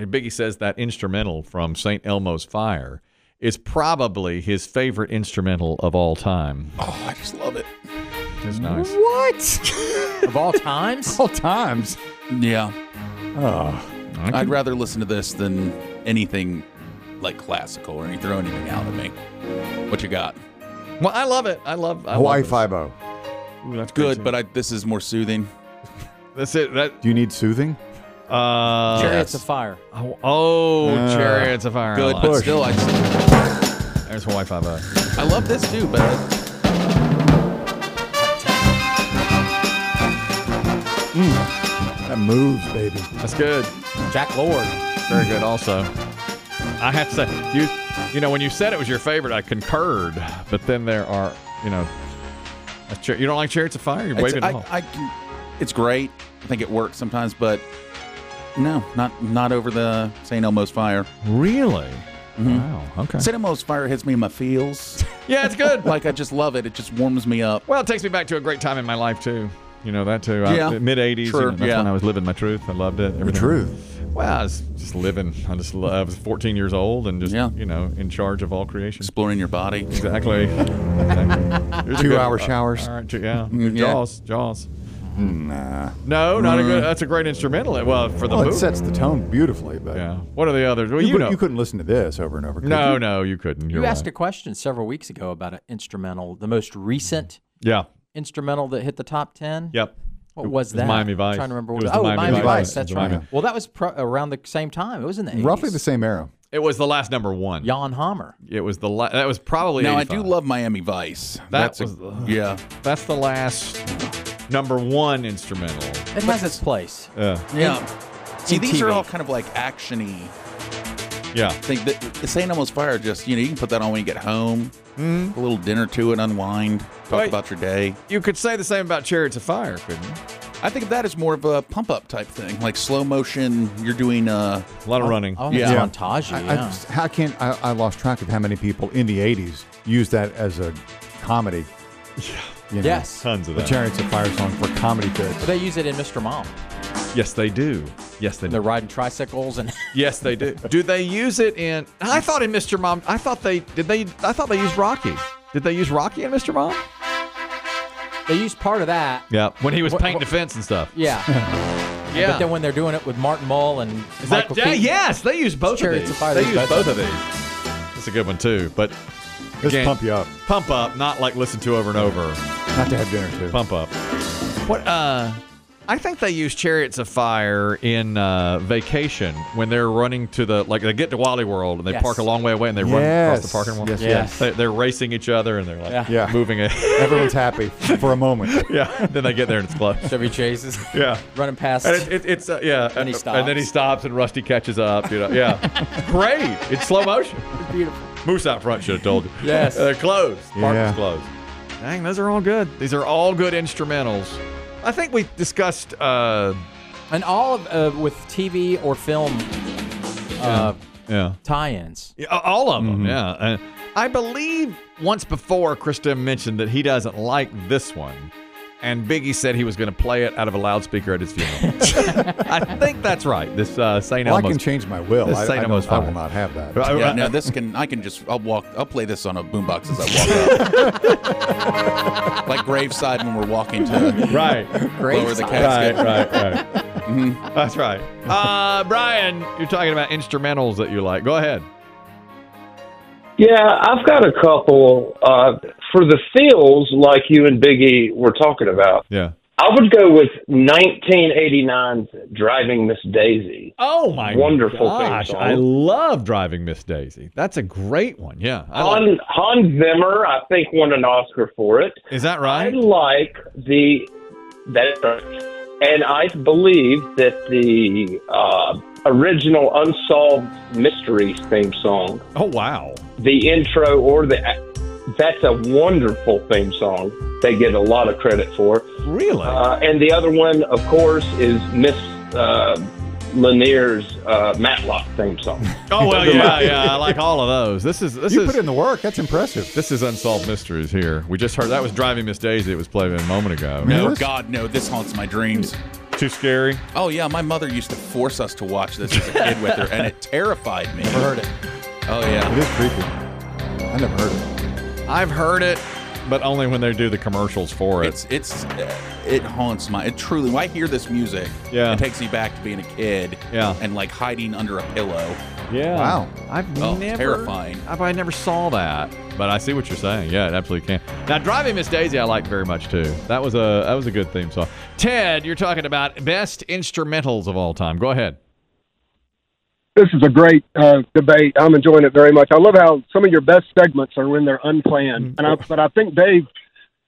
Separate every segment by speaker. Speaker 1: And Biggie says that instrumental from St. Elmo's Fire is probably his favorite instrumental of all time.
Speaker 2: Oh, I just love it.
Speaker 1: It's nice.
Speaker 3: What?
Speaker 4: of all times.
Speaker 3: All times.
Speaker 2: Yeah.
Speaker 3: Oh,
Speaker 2: Ah, I'd rather listen to this than anything like classical or you throw anything out at me. What you got?
Speaker 1: Well, I love it. I love I
Speaker 3: Hawaii
Speaker 1: love
Speaker 3: Five O.
Speaker 1: Five. That's
Speaker 2: Good, but I, this is more soothing.
Speaker 1: that's it. That
Speaker 3: Do you need soothing?
Speaker 1: uh
Speaker 4: Chariots
Speaker 2: Yes.
Speaker 4: of fire.
Speaker 1: oh, oh
Speaker 3: Uh,
Speaker 1: chariots of fire.
Speaker 2: Good,
Speaker 1: I
Speaker 2: but
Speaker 1: like
Speaker 2: still, I, just,
Speaker 1: it. there's Hawaii Five uh, O.
Speaker 2: I love this too. But I,
Speaker 3: That moves, baby.
Speaker 1: That's good.
Speaker 4: Jack Lord.
Speaker 1: Very good. Also, I have to say you you know when you said it was your favorite, I concurred. But then there are you know. a char- You don't like chariots of fire? You're
Speaker 2: it's,
Speaker 1: waving
Speaker 2: I,
Speaker 1: off.
Speaker 2: I can, it's great. I think it works sometimes, but no, not not over the St. Elmo's Fire.
Speaker 1: Really?
Speaker 2: Mm-hmm.
Speaker 1: Wow. Okay.
Speaker 2: St. Elmo's Fire hits me in my feels.
Speaker 1: Yeah, it's good.
Speaker 2: like I just love it. It just warms me up.
Speaker 1: well, it takes me back to a great time in my life too. You know that too.
Speaker 2: Yeah.
Speaker 1: Mid '80s.
Speaker 2: Sure,
Speaker 1: that's
Speaker 2: yeah.
Speaker 1: when I was living my truth. I loved it.
Speaker 3: The
Speaker 1: Everything.
Speaker 3: truth.
Speaker 1: Well, I was just living. I just lo- I was 14 years old and just
Speaker 2: Yeah.
Speaker 1: you know in charge of all creation.
Speaker 2: Exploring your body.
Speaker 1: Exactly. exactly. Here's a good-
Speaker 3: Two-hour showers.
Speaker 1: All right, two- yeah.
Speaker 3: Mm,
Speaker 2: Yeah.
Speaker 1: Jaws. Jaws.
Speaker 3: Nah.
Speaker 1: No, not a good. That's a great instrumental. Well, for the
Speaker 3: Mm. Well, it
Speaker 1: movie.
Speaker 3: sets the tone beautifully, but
Speaker 1: yeah. What are the others? Well,
Speaker 3: you,
Speaker 1: you,
Speaker 3: could,
Speaker 1: know.
Speaker 3: you couldn't listen to this over and over. could
Speaker 1: no,
Speaker 3: you?
Speaker 1: no, you couldn't. You're
Speaker 4: You asked a
Speaker 1: right.
Speaker 4: question several weeks ago about an instrumental, the most recent
Speaker 1: Yeah.
Speaker 4: instrumental that hit the top 10.
Speaker 1: Yep.
Speaker 4: What was
Speaker 1: It
Speaker 4: that?
Speaker 1: Miami Vice.
Speaker 4: I'm trying to remember
Speaker 1: It
Speaker 4: what
Speaker 1: was the
Speaker 4: Oh,
Speaker 1: Miami
Speaker 4: Miami
Speaker 1: Vice.
Speaker 4: Vice.
Speaker 3: It
Speaker 4: That's
Speaker 3: was
Speaker 4: right.
Speaker 3: Miami.
Speaker 4: Well, that was pro- around the same time. It was in the 80s.
Speaker 3: Roughly the same era.
Speaker 1: It was the last number one.
Speaker 4: Jan Hammer.
Speaker 1: It was the la- that was probably.
Speaker 2: Now I
Speaker 1: 85.
Speaker 2: do love Miami Vice.
Speaker 1: That
Speaker 2: a-
Speaker 1: was the-
Speaker 2: yeah.
Speaker 1: That's the last number one instrumental. Uh,
Speaker 4: It has its place.
Speaker 1: Yeah.
Speaker 2: Yeah. See,
Speaker 4: And
Speaker 2: these are
Speaker 4: TV.
Speaker 2: all kind of like actiony.
Speaker 1: Yeah.
Speaker 2: Think that the St. Elmo's Fire. Just you know, you can put that on when you get home. Mm. A little dinner to it, unwind, talk
Speaker 1: Wait.
Speaker 2: about your day.
Speaker 1: You could say the same about Chariots of Fire, couldn't you?
Speaker 2: I think of that as more of a pump up type thing, like slow motion. You're doing uh,
Speaker 1: A lot of running.
Speaker 4: I don't think
Speaker 2: Yeah.
Speaker 4: Oh, it's montage.
Speaker 3: I,
Speaker 4: yeah.
Speaker 3: I, how can I, I lost track of how many people in the '80s used that as a comedy? Yeah.
Speaker 4: yes.
Speaker 1: Tons of
Speaker 3: The
Speaker 1: that.
Speaker 3: Chariots of Fire song for comedy
Speaker 4: But
Speaker 3: bits.
Speaker 4: They use it in Mr. Mom.
Speaker 1: yes, they do. Yes, they
Speaker 4: They're
Speaker 1: do.
Speaker 4: riding tricycles and
Speaker 1: Yes, they do. do they use it in? I thought in Mr. Mom. I thought they did. They. I thought they used Rocky. Did they use Rocky in Mr. Mom?
Speaker 4: they use part of that.
Speaker 1: Yeah, when he was
Speaker 4: What-
Speaker 1: painting
Speaker 4: what-
Speaker 1: the fence and stuff.
Speaker 4: Yeah.
Speaker 1: Yeah.
Speaker 4: But then when they're doing it with Martin Mull and
Speaker 1: Is that-
Speaker 4: Michael
Speaker 1: yeah,
Speaker 4: Keaton,
Speaker 1: yes, they use both of
Speaker 4: Chariots
Speaker 1: these.
Speaker 4: of Fire,
Speaker 1: they
Speaker 4: they
Speaker 1: use both of these. That's a good one too. But
Speaker 3: Just
Speaker 1: again,
Speaker 3: pump you up.
Speaker 1: Pump up, not like listen to over and over.
Speaker 3: Not to have dinner too.
Speaker 1: Pump up. What? Uh, I think they use Chariots of Fire in uh, Vacation when they're running to the like they get to Wally World and they
Speaker 4: Yes.
Speaker 1: park a long way away and they run across
Speaker 3: Yes.
Speaker 1: the parking lot.
Speaker 3: Yes,
Speaker 4: Yeah.
Speaker 3: yes.
Speaker 1: They, they're racing each other and they're like
Speaker 4: Yeah.
Speaker 3: Yeah.
Speaker 1: moving it.
Speaker 3: Everyone's happy for a moment.
Speaker 1: yeah. Then they get there and it's close.
Speaker 4: Chevy Chase is
Speaker 1: Yeah.
Speaker 4: running past.
Speaker 1: And it, it, it's uh, yeah,
Speaker 4: And he
Speaker 1: and then he
Speaker 4: stops.
Speaker 1: stops, and Rusty catches up. You know, yeah, great. It's slow motion.
Speaker 4: beautiful.
Speaker 1: Moose out front should have told you.
Speaker 4: Yes.
Speaker 1: they're closed. Park
Speaker 3: Yeah.
Speaker 1: is closed. Dang, those are all good. These are all good instrumentals. I think we discussed. Uh,
Speaker 4: And all of uh, with TV or film uh,
Speaker 1: yeah,
Speaker 4: tie-ins.
Speaker 1: Yeah, all of them. Yeah, Uh, I believe once before Krista mentioned that he doesn't like this one. And Biggie said he was going to play it out of a loudspeaker at his funeral. I think that's right. This uh, St.
Speaker 3: Well, I
Speaker 1: Elmo's.
Speaker 3: can change my will.
Speaker 1: This
Speaker 3: I, I,
Speaker 1: Saint Elmo's
Speaker 3: don't- I will
Speaker 1: fire.
Speaker 3: not have that.
Speaker 1: I-
Speaker 2: yeah.
Speaker 1: I-
Speaker 2: No, this can I can just I'll walk. I'll play this on a boombox as I walk up, like graveside when we're walking to
Speaker 1: right.
Speaker 4: Great.
Speaker 2: lower the
Speaker 4: song.
Speaker 2: casket.
Speaker 1: right, right.
Speaker 3: Mm-hmm.
Speaker 1: That's right. Uh, Brian, you're talking about instrumentals that you like. Go ahead.
Speaker 5: Yeah, I've got a couple uh, for the feels like you and Biggie were talking about.
Speaker 1: Yeah.
Speaker 5: I would go with 1989's "Driving Miss Daisy."
Speaker 1: Oh my
Speaker 5: Wonderful theme
Speaker 1: gosh!
Speaker 5: song.
Speaker 1: I love driving Miss Daisy. That's a great one. Yeah. I like-
Speaker 5: Han, Hans Zimmer, I think, won an Oscar for it.
Speaker 1: is that
Speaker 5: I
Speaker 1: right?
Speaker 5: like the that, and I believe that the uh, original Unsolved Mysteries theme song,
Speaker 1: Oh wow.
Speaker 5: the intro or the that's a wonderful theme song. They get a lot of credit for.
Speaker 1: Really?
Speaker 5: Uh, and the other one, of course, is Miss uh, Lanier's uh, Matlock theme song.
Speaker 1: oh well, yeah, yeah. I like all of those. This is this
Speaker 3: you
Speaker 1: is
Speaker 3: put in the work. That's impressive.
Speaker 1: this is unsolved mysteries here. We just heard that was driving Miss Daisy. It was played a moment ago.
Speaker 2: No,
Speaker 3: Really?
Speaker 2: God, no. This haunts my dreams.
Speaker 1: Too scary.
Speaker 2: Oh yeah, my mother used to force us to watch this as a kid with her, and it terrified me.
Speaker 3: Never heard it.
Speaker 2: Oh
Speaker 3: It
Speaker 2: yeah,
Speaker 3: is creepy. I never heard it.
Speaker 1: I've heard it, but only when they do the commercials for it.
Speaker 2: it's it's uh, it haunts my. It truly. When I hear this music,
Speaker 1: Yeah.
Speaker 2: it takes me back to being a kid.
Speaker 1: Yeah.
Speaker 2: and like hiding under a pillow.
Speaker 1: yeah.
Speaker 3: Wow.
Speaker 1: I've
Speaker 2: Oh,
Speaker 1: never
Speaker 2: terrifying.
Speaker 1: I, I never saw that, but I see what you're saying. Yeah, it absolutely can. Now, driving Miss Daisy, I like very much too. That was a that was a good theme song. Ted, you're talking about best instrumentals of all time. Go ahead.
Speaker 6: This is a great uh, debate. I'm enjoying it very much. I love how some of your best segments are when they're unplanned. And I,
Speaker 4: Mm-hmm.
Speaker 6: but I think Dave,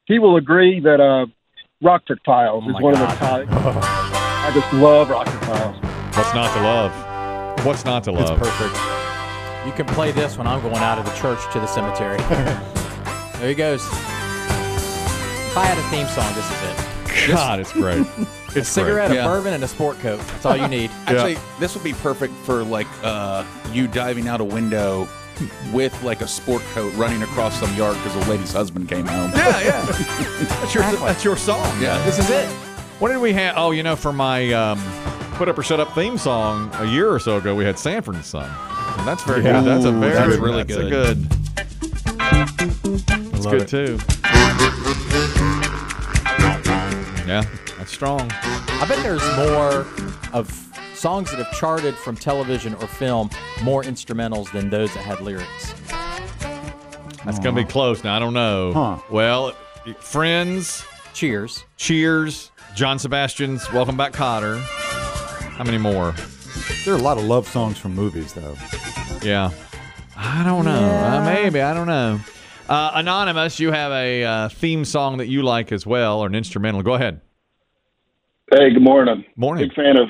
Speaker 6: he will agree that uh, Rockford Files is
Speaker 4: Oh my
Speaker 6: one
Speaker 4: God.
Speaker 6: of the top. I just love Rockford Files.
Speaker 1: What's not to love? What's not to
Speaker 3: It's
Speaker 1: love?
Speaker 3: perfect.
Speaker 4: You can play this when I'm going out of the church to the cemetery. there he goes. If I had a theme song, this is it.
Speaker 1: God, it's great.
Speaker 4: a cigarette,
Speaker 2: Yeah.
Speaker 4: a bourbon, and a sport coat. That's all you need.
Speaker 2: Actually, this would be perfect for like uh, you diving out a window with like a sport coat running across some yard because a lady's husband came home.
Speaker 1: yeah, yeah. That's your that's your song.
Speaker 2: Yeah.
Speaker 4: this is it.
Speaker 1: What did we have? Oh, you know, for my um, put up or shut up theme song a year or so ago, we had Sanford and Son. And that's very
Speaker 3: Yeah.
Speaker 1: good. That's a
Speaker 2: Ooh,
Speaker 1: very
Speaker 2: that's really
Speaker 1: that's a
Speaker 2: good.
Speaker 1: good. It's
Speaker 3: Love
Speaker 1: good
Speaker 3: it.
Speaker 1: too. Yeah, that's strong.
Speaker 4: I bet there's more of songs that have charted from television or film, more instrumentals than those that had lyrics.
Speaker 1: That's gonna be close. Now I don't know.
Speaker 3: Huh.
Speaker 1: Well, Friends,
Speaker 4: Cheers.
Speaker 1: Cheers, John Sebastian's Welcome Back, Cotter. How many more?
Speaker 3: There are a lot of love songs from movies, though.
Speaker 1: Yeah. I don't know. Uh, maybe. I don't know. Uh, Anonymous, you have a uh, theme song that you like as well, or an instrumental. Go ahead.
Speaker 5: Hey, good morning.
Speaker 1: Morning.
Speaker 5: Big fan of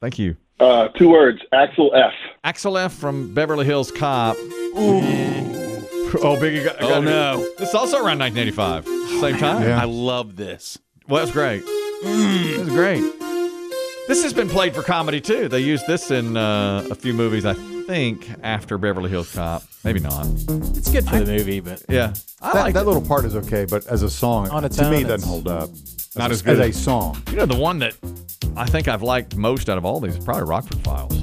Speaker 1: Thank you.
Speaker 5: uh, two words, Axel F.
Speaker 1: Axel F. from Beverly Hills Cop. Oh, Biggie got,
Speaker 2: Oh, no.
Speaker 1: This is also around 1985. Same time.
Speaker 3: Yeah.
Speaker 2: I love this.
Speaker 1: Well, that's great. That's great. This has been played for comedy, too. They used this in uh, a few movies, I think, after Beverly Hills Cop. Maybe not.
Speaker 4: It's good for the movie, but
Speaker 1: Yeah. I
Speaker 3: that,
Speaker 1: like
Speaker 3: that
Speaker 1: it.
Speaker 3: little part is okay, but as a song,
Speaker 4: On its
Speaker 3: to me,
Speaker 4: own,
Speaker 3: it doesn't
Speaker 4: it's-
Speaker 3: hold up.
Speaker 1: Not
Speaker 3: As-
Speaker 1: as good.
Speaker 3: as a song.
Speaker 1: You know, the one that I think I've liked most out of all these is probably Rockford Files.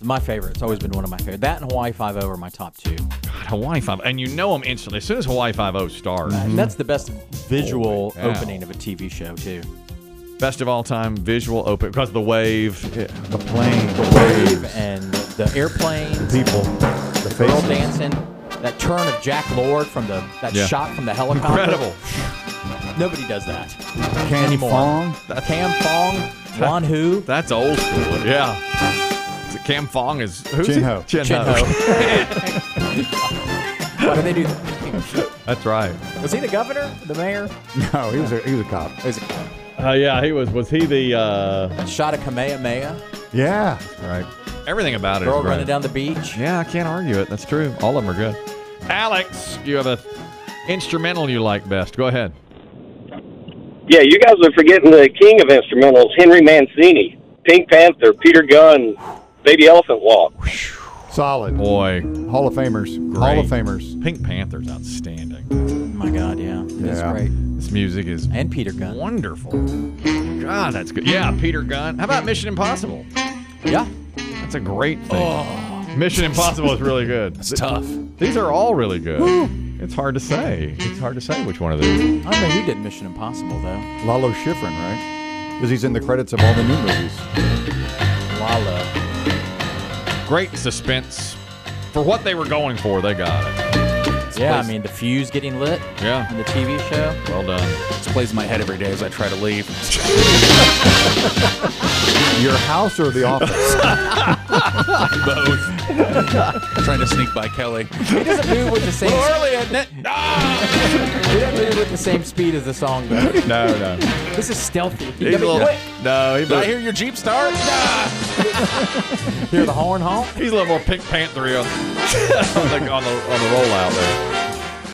Speaker 4: my favorite. It's always been one of my favorite. That and Hawaii Five O are my top two.
Speaker 1: God, Hawaii Five, and you know them instantly as soon as Hawaii Five O starts.
Speaker 4: And that's the best visual
Speaker 1: Mm-hmm. Holy cow.
Speaker 4: opening of a TV show too.
Speaker 1: Best of all time visual open because of the wave.
Speaker 3: The plane, the
Speaker 4: Wave
Speaker 3: waves,
Speaker 4: and the airplanes,
Speaker 3: people, the
Speaker 4: girl
Speaker 3: faces.
Speaker 4: dancing, that turn of Jack Lord from the that
Speaker 1: Yeah.
Speaker 4: shot from the helicopter.
Speaker 1: Incredible.
Speaker 4: Nobody does that
Speaker 3: Can
Speaker 4: anymore.
Speaker 3: Fong.
Speaker 4: Cam Fong, Juan Hu,
Speaker 1: That's old school. Yeah. Is it Cam Fong is who's
Speaker 3: Jin
Speaker 1: he?
Speaker 3: Ho.
Speaker 1: Jin
Speaker 4: Chin
Speaker 1: Ho.
Speaker 4: Ho. Why do they do?
Speaker 1: That's right.
Speaker 4: Was he the governor? The mayor?
Speaker 3: No, he was a, he was a cop.
Speaker 4: Is it-
Speaker 1: Uh, yeah, he was. Was he the? uh
Speaker 4: That shot of Kamehameha,
Speaker 3: Yeah.
Speaker 1: Right. Everything about it. is
Speaker 4: girl
Speaker 1: great.
Speaker 4: running down the beach.
Speaker 1: Yeah, I can't argue it. That's true. All of them are good. Alex, you have a instrumental you like best. Go ahead.
Speaker 5: Yeah, you guys are forgetting the king of instrumentals, Henry Mancini, Pink Panther, Peter Gunn, Baby Elephant Walk.
Speaker 3: Solid.
Speaker 1: Boy,
Speaker 3: Hall of Famers. Hall of
Speaker 1: Great.
Speaker 3: Famers.
Speaker 1: Pink Panther's outstanding.
Speaker 4: Oh my God, yeah, that's
Speaker 3: Yeah.
Speaker 4: great.
Speaker 1: This music is
Speaker 4: And Peter Gunn.
Speaker 1: wonderful. God, that's good. Yeah, Peter Gunn. How about Mission Impossible?
Speaker 4: Yeah,
Speaker 1: That's a great thing. Mission Impossible is really good.
Speaker 2: It's tough.
Speaker 1: These are all really good. It's hard to say. It's hard to say which one of these.
Speaker 4: I don't know who did Mission Impossible though.
Speaker 3: Lalo Schifrin, right? Because he's in the credits of all the new movies.
Speaker 4: Lala.
Speaker 1: Great suspense. For what they were going for, they got it.
Speaker 4: Yeah, I mean the fuse getting lit in
Speaker 1: Yeah.
Speaker 4: the TV show.
Speaker 1: Well done.
Speaker 2: This plays in my head every day as I try to leave.
Speaker 3: Your house or the office?
Speaker 2: Both. trying to sneak by Kelly.
Speaker 4: He doesn't move with the same.
Speaker 2: Early, isn't it?
Speaker 4: He doesn't move with the same speed as the song. Though.
Speaker 1: No, no.
Speaker 4: This is stealthy.
Speaker 1: He's a
Speaker 4: You
Speaker 1: little, no, he-
Speaker 2: Did I hear your Jeep start?
Speaker 4: hear the horn honk?
Speaker 1: he's a little more Pink Panthery on, on, the, on, the, on the rollout there.